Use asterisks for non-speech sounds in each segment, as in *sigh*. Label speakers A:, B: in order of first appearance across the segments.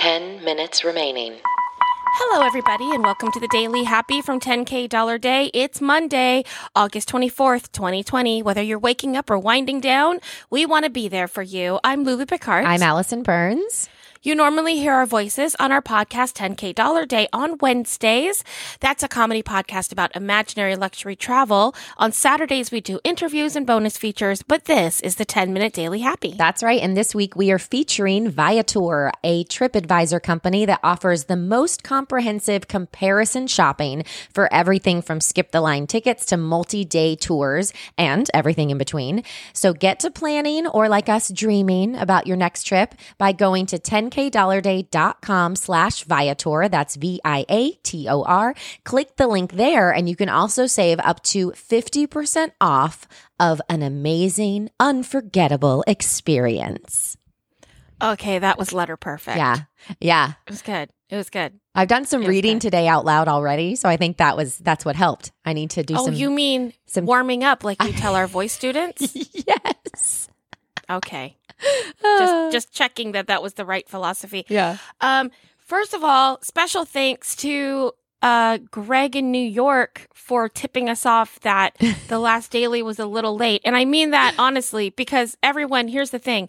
A: 10 minutes remaining.
B: Hello, everybody, and welcome to the Daily Happy from 10K Dollar Day. It's Monday, August 24th, 2020. Whether you're waking up or winding down, we want to be there for you. I'm Lulu Picard.
C: I'm Allison Burns.
B: You normally hear our voices on our podcast 10K Dollar Day on Wednesdays. That's a comedy podcast about imaginary luxury travel. On Saturdays, we do interviews and bonus features, but this is the 10 minute daily happy.
C: That's right. And this week we are featuring Viator, a TripAdvisor company that offers the most comprehensive comparison shopping for everything from skip the line tickets to multi day tours and everything in between. So get to planning or like us dreaming about your next trip by going to 10 10kdollarday.com slash Viator. That's V I A T O R. Click the link there, and you can also save up to 50% off of an amazing, unforgettable experience.
B: okay, that was letter perfect.
C: Yeah. Yeah.
B: It was good. It was good.
C: I've done some
B: Feels
C: reading
B: good.
C: today out loud already, so I think that was that's what helped. I need to do
B: Oh,
C: some
B: you mean
C: some-
B: warming up like you tell our voice students?
C: *laughs* Yes.
B: Okay.
C: Uh. *sighs*
B: Just just checking that that was the right philosophy.
C: yeah.
B: Um, first of all, special thanks to uh, Greg in New York for tipping us off
C: *laughs*
B: that the last daily was a little late. And I mean that honestly, because everyone, here's the
C: *laughs*
B: thing,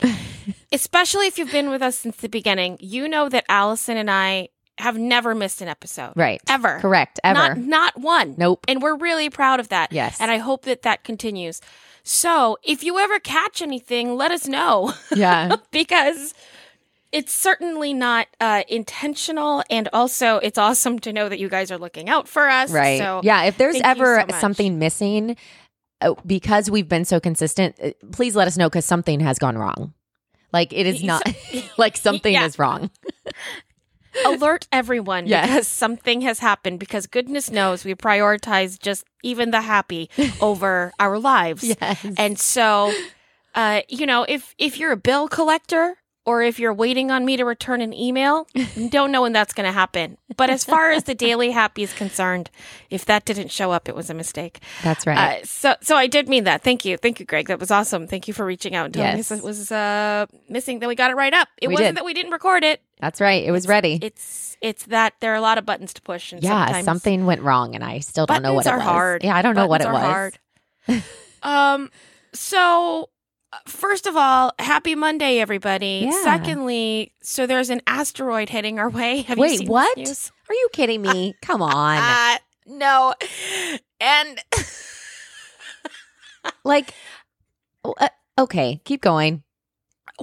B: especially if you've been with us since the beginning, you know that Allison and I have never missed an episode.
C: Right.
B: Ever.
C: Correct. Ever.
B: Not, not one.
C: Nope.
B: And we're really proud of that.
C: Yes.
B: And I hope that that continues. So if you ever catch anything, let us know *laughs*
C: yeah. *laughs*
B: because it's certainly not uh, intentional and also it's awesome to know that you guys are looking out for us
C: Right.
B: so
C: yeah. *laughs* If there's
B: thank you
C: ever
B: so much.
C: something missing, uh, because we've been so consistent, uh, please let us know because something has gone wrong. Like it is
B: Y-
C: not
B: *laughs*
C: *laughs* like something
B: Yeah.
C: is wrong.
B: alert everyone
C: Yes.
B: because something has happened because goodness knows we prioritize just even the
C: *laughs*
B: happy over our lives
C: Yes.
B: and so uh, you know if if you're a bill collector or if you're waiting on me to return an email don't know when that's going to happen but as far as the daily happy is concerned if that didn't show up it was a mistake
C: *laughs* That's right.
B: Uh, so, so I did mean that. Thank you, thank you, Greg. That was awesome. Thank you for reaching out and telling
C: Yes.
B: us it was uh, missing. Then we got it right up. It
C: We
B: wasn't
C: did.
B: that we didn't record it.
C: That's right. It was ready.
B: It's it's that there are a lot of buttons to push. And
C: yeah.
B: sometimes
C: Something went wrong, and I still don't know what
B: buttons
C: it
B: are
C: was.
B: hard.
C: Yeah. I don't know what it
B: Buttons
C: was.
B: are
C: *laughs*
B: hard. um. So, uh, first of all, happy Monday, everybody.
C: Yeah.
B: Secondly, so there's an asteroid heading our way. *laughs* Have you
C: Wait,
B: seen this
C: what?
B: news?
C: Are you
B: *laughs*
C: kidding me? Come on.
B: Uh, no, and
C: like, oh, uh, okay. Keep going.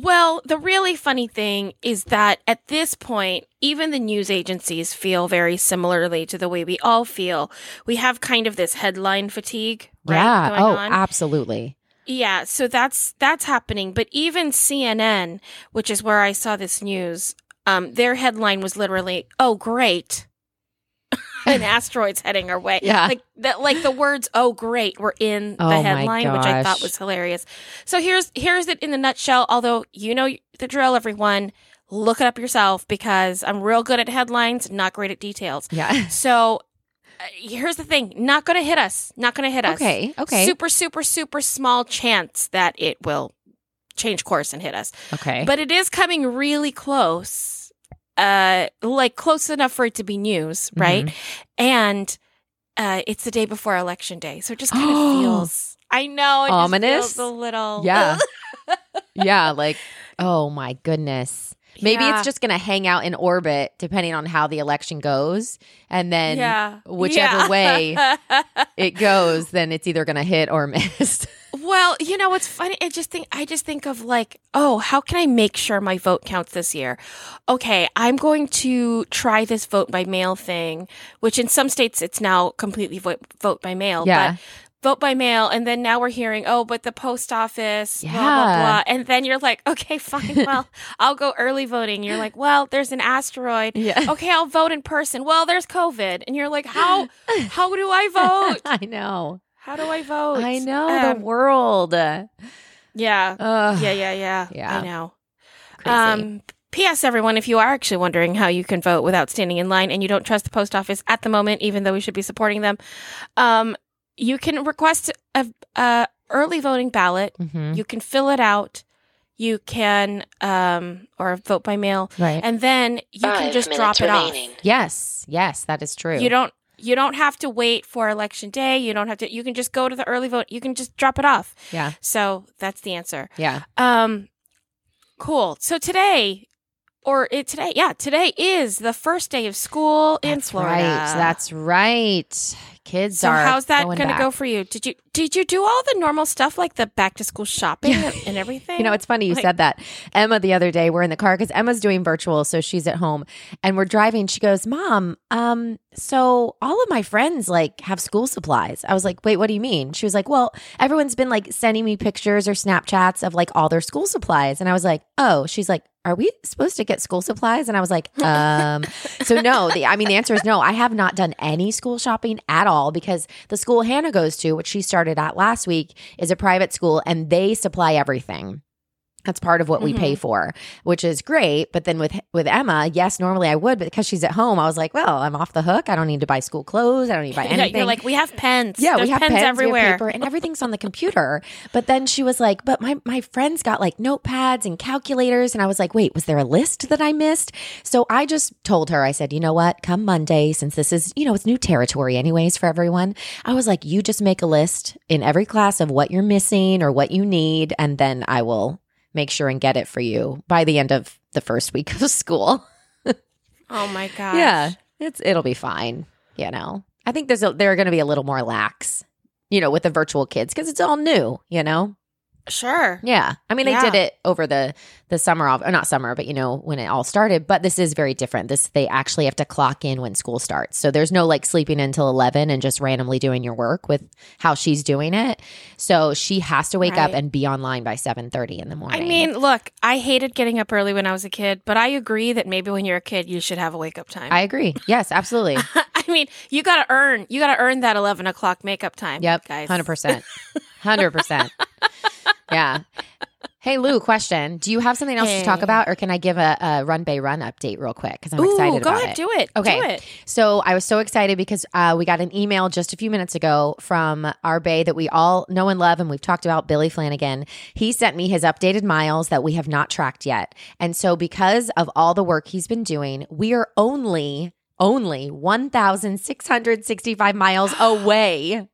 B: Well, the really funny thing is that at this point, even the news agencies feel very similarly to the way we all feel. We have kind of this headline fatigue, right?
C: yeah.
B: going
C: oh,
B: on.
C: absolutely.
B: Yeah, so that's that's happening, but even CNN, which is where I saw this news, um, their headline was literally, "Oh, great." *laughs* An asteroid's heading our way.
C: Yeah.
B: like that. Like the words "Oh, great" were in
C: Oh,
B: the
C: my
B: headline, which I thought
C: gosh.
B: was hilarious. So here's here's it in the nutshell. Although you know the drill, everyone, look it up yourself because I'm real good at headlines, not great at details.
C: Yeah. *laughs*
B: So uh, here's the thing: not going to hit us. Not going to hit us
C: okay. Okay.
B: super super super small chance that it will change course and hit us
C: okay.
B: but it is coming really close uh like close enough for it to be news
C: Mm-hmm.
B: right and uh it's the day before election day so it just
C: *gasps*
B: kind of feels i know it just
C: Ominous?
B: feels a little
C: Yeah. *laughs* yeah. Like, oh my goodness. Maybe
B: Yeah.
C: it's just going to hang out in orbit depending on how the election goes. And then
B: yeah *laughs*
C: whichever
B: way
C: it goes, then it's either going to hit or miss. *laughs*
B: Well, you know what's funny? I just think I just think of like, oh, how can I make sure my vote counts this year? Okay, I'm going to try this vote by mail thing, which in some states it's now completely vote, vote by mail.
C: Yeah.
B: But vote by mail, and then now we're hearing, oh, but the post office, blah blah blah,
C: Yeah.
B: and then you're like, okay, *laughs* fine, well, I'll go early voting. You're like, well, there's an asteroid.
C: yeah.
B: Okay, I'll vote in person. Well, there's COVID, and you're like, how how do I vote?
C: *laughs* I know.
B: How do I vote?
C: I know
B: Oh, Um,
C: the world. Ugh,
B: yeah. Yeah, yeah, yeah.
C: Yeah.
B: I know.
C: crazy.
B: Um, P.S. Everyone, if you are actually wondering how you can vote without standing in line and you don't trust the post office at the moment, even though we should be supporting them, um, you can request a, a early voting ballot.
C: Mhm.
B: You can fill it out. you can um or vote by mail
C: Right.
B: and then you can
A: Five
B: just
A: minutes
B: drop it off.
A: remaining.
C: yes. Yes, that is true.
B: You don't you don't have to wait for election day. You don't have to you can just go to the early vote. You can just drop it off.
C: Yeah.
B: So that's the answer.
C: Yeah.
B: Um cool. So today or it today, yeah, today is the first day of school in
C: That's
B: Florida.
C: Right. That's right. Kids
B: so
C: are.
B: how's that
C: going
B: gonna
C: back.
B: go for you? Did you did you do all the normal stuff like the back to school shopping and everything?
C: You know, it's funny you
B: Like-
C: said that. Emma the other day, we're in the car because Emma's doing virtual, so she's at home, and we're driving. She goes, "Mom, um, so all of my friends like have school supplies." I was like, "Wait, what do you mean?" She was like, "Well, everyone's been like sending me pictures or Snapchats of like all their school supplies," and I was like, "Oh," she's like. Are we supposed to get school supplies? And I
B: *laughs*
C: was like, um, so no. The, I mean, the answer is no. I have not done any school shopping at all because the school Hannah goes to, which she started at last week, is a private school and they supply everything. That's part of what we
B: Mm-hmm.
C: pay for, which is great. But then with with Emma, yes, normally I would, but because she's at home, I was like, well, I'm off the hook. I don't need to buy school clothes. I don't need to
B: *laughs*
C: buy
B: Yeah,
C: anything.
B: you're like, we have pens.
C: Yeah,
B: There's
C: we have
B: pens,
C: pens,
B: everywhere.
C: We have paper, and everything's on the computer. But then she was like, "But my my friends got like notepads and calculators," and I was like, "Wait, was there a list that I missed?" So I just told her, I said, "You know what? Come Monday, since this is you know it's new territory anyways for everyone, I was like, you just make a list in every class of what you're missing or what you need, and then I will make sure and get it for you by the end of the first week of *laughs* school."
B: Oh my gosh.
C: Yeah, it's it'll be fine. You know, I think there's a, they're going to be a little more lax. You know, with the virtual kids because it's all new. You know,
B: Sure.
C: yeah. I mean,
B: Yeah.
C: they did it over the the summer off, or not summer, but you know when it all started. But this is very different. This they actually have to clock in when school starts, so there's no like sleeping until eleven and just randomly doing your work with how she's doing it. So she has to wake up
B: Right.
C: and be online by seven thirty in the morning.
B: I mean, look, I hated getting up early when I was a kid, but I agree that maybe when you're a kid, you should have a wake up time.
C: I agree. Yes, absolutely.
B: *laughs* I mean, you gotta earn, you gotta earn that eleven o'clock makeup time.
C: Yep.
B: guys.
C: 100%.
B: *laughs*
C: 100%. yeah. Hey, Lou, question. Do you have something else to talk
B: Hey.
C: about, or can I give a, a Run Bay Run update real quick? Because I'm
B: Ooh,
C: excited
B: go
C: about
B: ahead,
C: it.
B: do it.
C: Okay.
B: do it.
C: So I was so excited because uh, we got an email just a few minutes ago from our bay that we all know and love, and we've talked about Billy Flanagan. He sent me his updated miles that we have not tracked yet, and so because of all the work he's been doing, we are only only 1,665 miles
B: *gasps*
C: away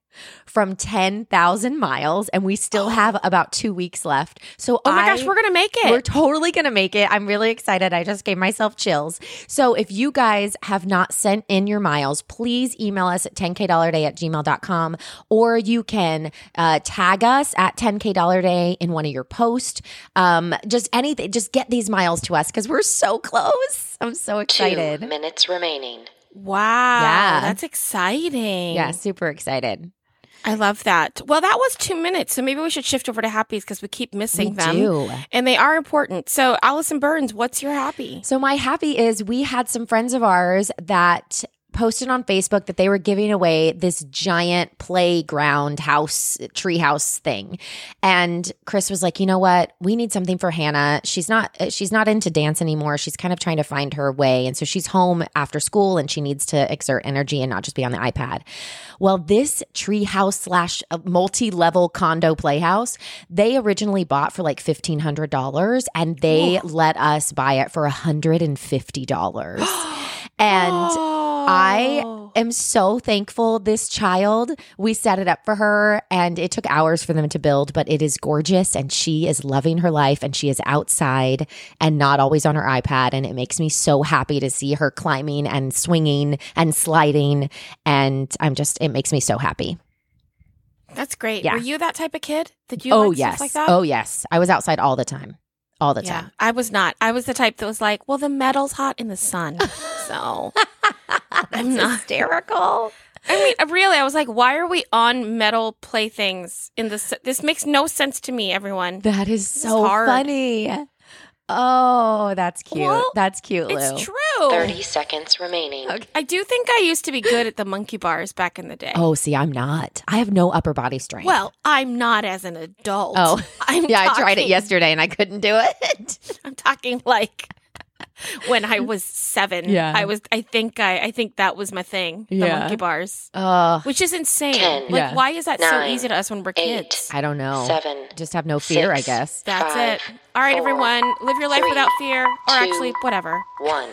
C: from 10,000 miles, and we still have about two weeks left. So
B: Oh my
C: I-
B: gosh, we're gonna make it.
C: we're totally going to make it. I'm really excited. I just gave myself chills. So if you guys have not sent in your miles, please email us at 10kdollarday at gmail.com or you can uh, tag us at 10kdollarday in one of your posts. Um, just anything. Just get these miles to us because we're so close. I'm so
A: Two
C: excited.
A: minutes remaining.
B: wow,
C: Yeah.
B: that's exciting.
C: Yeah, super excited.
B: I love that. Well, that was two minutes, so maybe we should shift over to happies because we keep missing
C: We
B: them,
C: do.
B: and they are important. So, Allison Burns, what's your happy?
C: So my happy is we had some friends of ours that posted on Facebook that they were giving away this giant playground house treehouse thing. And Chris was like, "You know what? We need something for Hannah. She's not uh, she's not into dance anymore. She's kind of trying to find her way. And so she's home after school and she needs to exert energy and not just be on the iPad." Well, this treehouse slash uh, multi-level condo playhouse, they originally bought for like $1500 and they let us buy it
B: *gasps*
C: for $150. *gasps* and
B: Oh,
C: I am so thankful this child. We set it up for her and it took hours for them to build, but it is gorgeous and she is loving her life and she is outside and not always on her iPad. And it makes me so happy to see her climbing and swinging and sliding. And I'm just, it makes me so happy.
B: That's great.
C: Yeah.
B: Were you that type of kid? Did you?
C: oh,
B: like
C: yes.
B: Stuff like that?
C: Oh, yes. I was outside all the time. All the time.
B: I was not. I was the type that was like, well, the metal's hot in the sun.
C: *laughs*
B: So I'm not.
C: Hysterical.
B: I mean, uh, really, I was like, why are we on metal playthings in this? This makes no sense to me, everyone.
C: That is
B: is
C: so
B: hard.
C: funny. Oh, that's cute.
B: Well,
C: that's cute, Lou.
B: It's true.
A: 30 seconds remaining.
C: Okay.
B: I do think I used to be good at the monkey bars back in the day.
C: Oh, see, I'm not. I have no upper body strength.
B: Well, I'm not as an adult.
C: Oh.
B: *laughs* I'm
C: yeah, I tried
B: *laughs*
C: it
B: talking- *laughs*
C: yesterday and I couldn't do it.
B: I'm talking like when I was seven.
D: Yeah.
B: I was. I think I. I think that was my thing. The
D: Yeah.
B: monkey bars,
C: Ugh,
B: which is insane.
A: Ten,
B: like,
D: Yeah.
B: why is that so
A: nine,
B: easy to us when we're
A: eight,
B: kids?
C: I don't know.
A: Seven,
C: Just have no fear, I
A: six,
C: guess.
B: That's
A: five,
B: it. All right,
A: four,
B: everyone, live your life
A: three,
B: without fear, or
A: two,
B: actually, whatever.
A: one.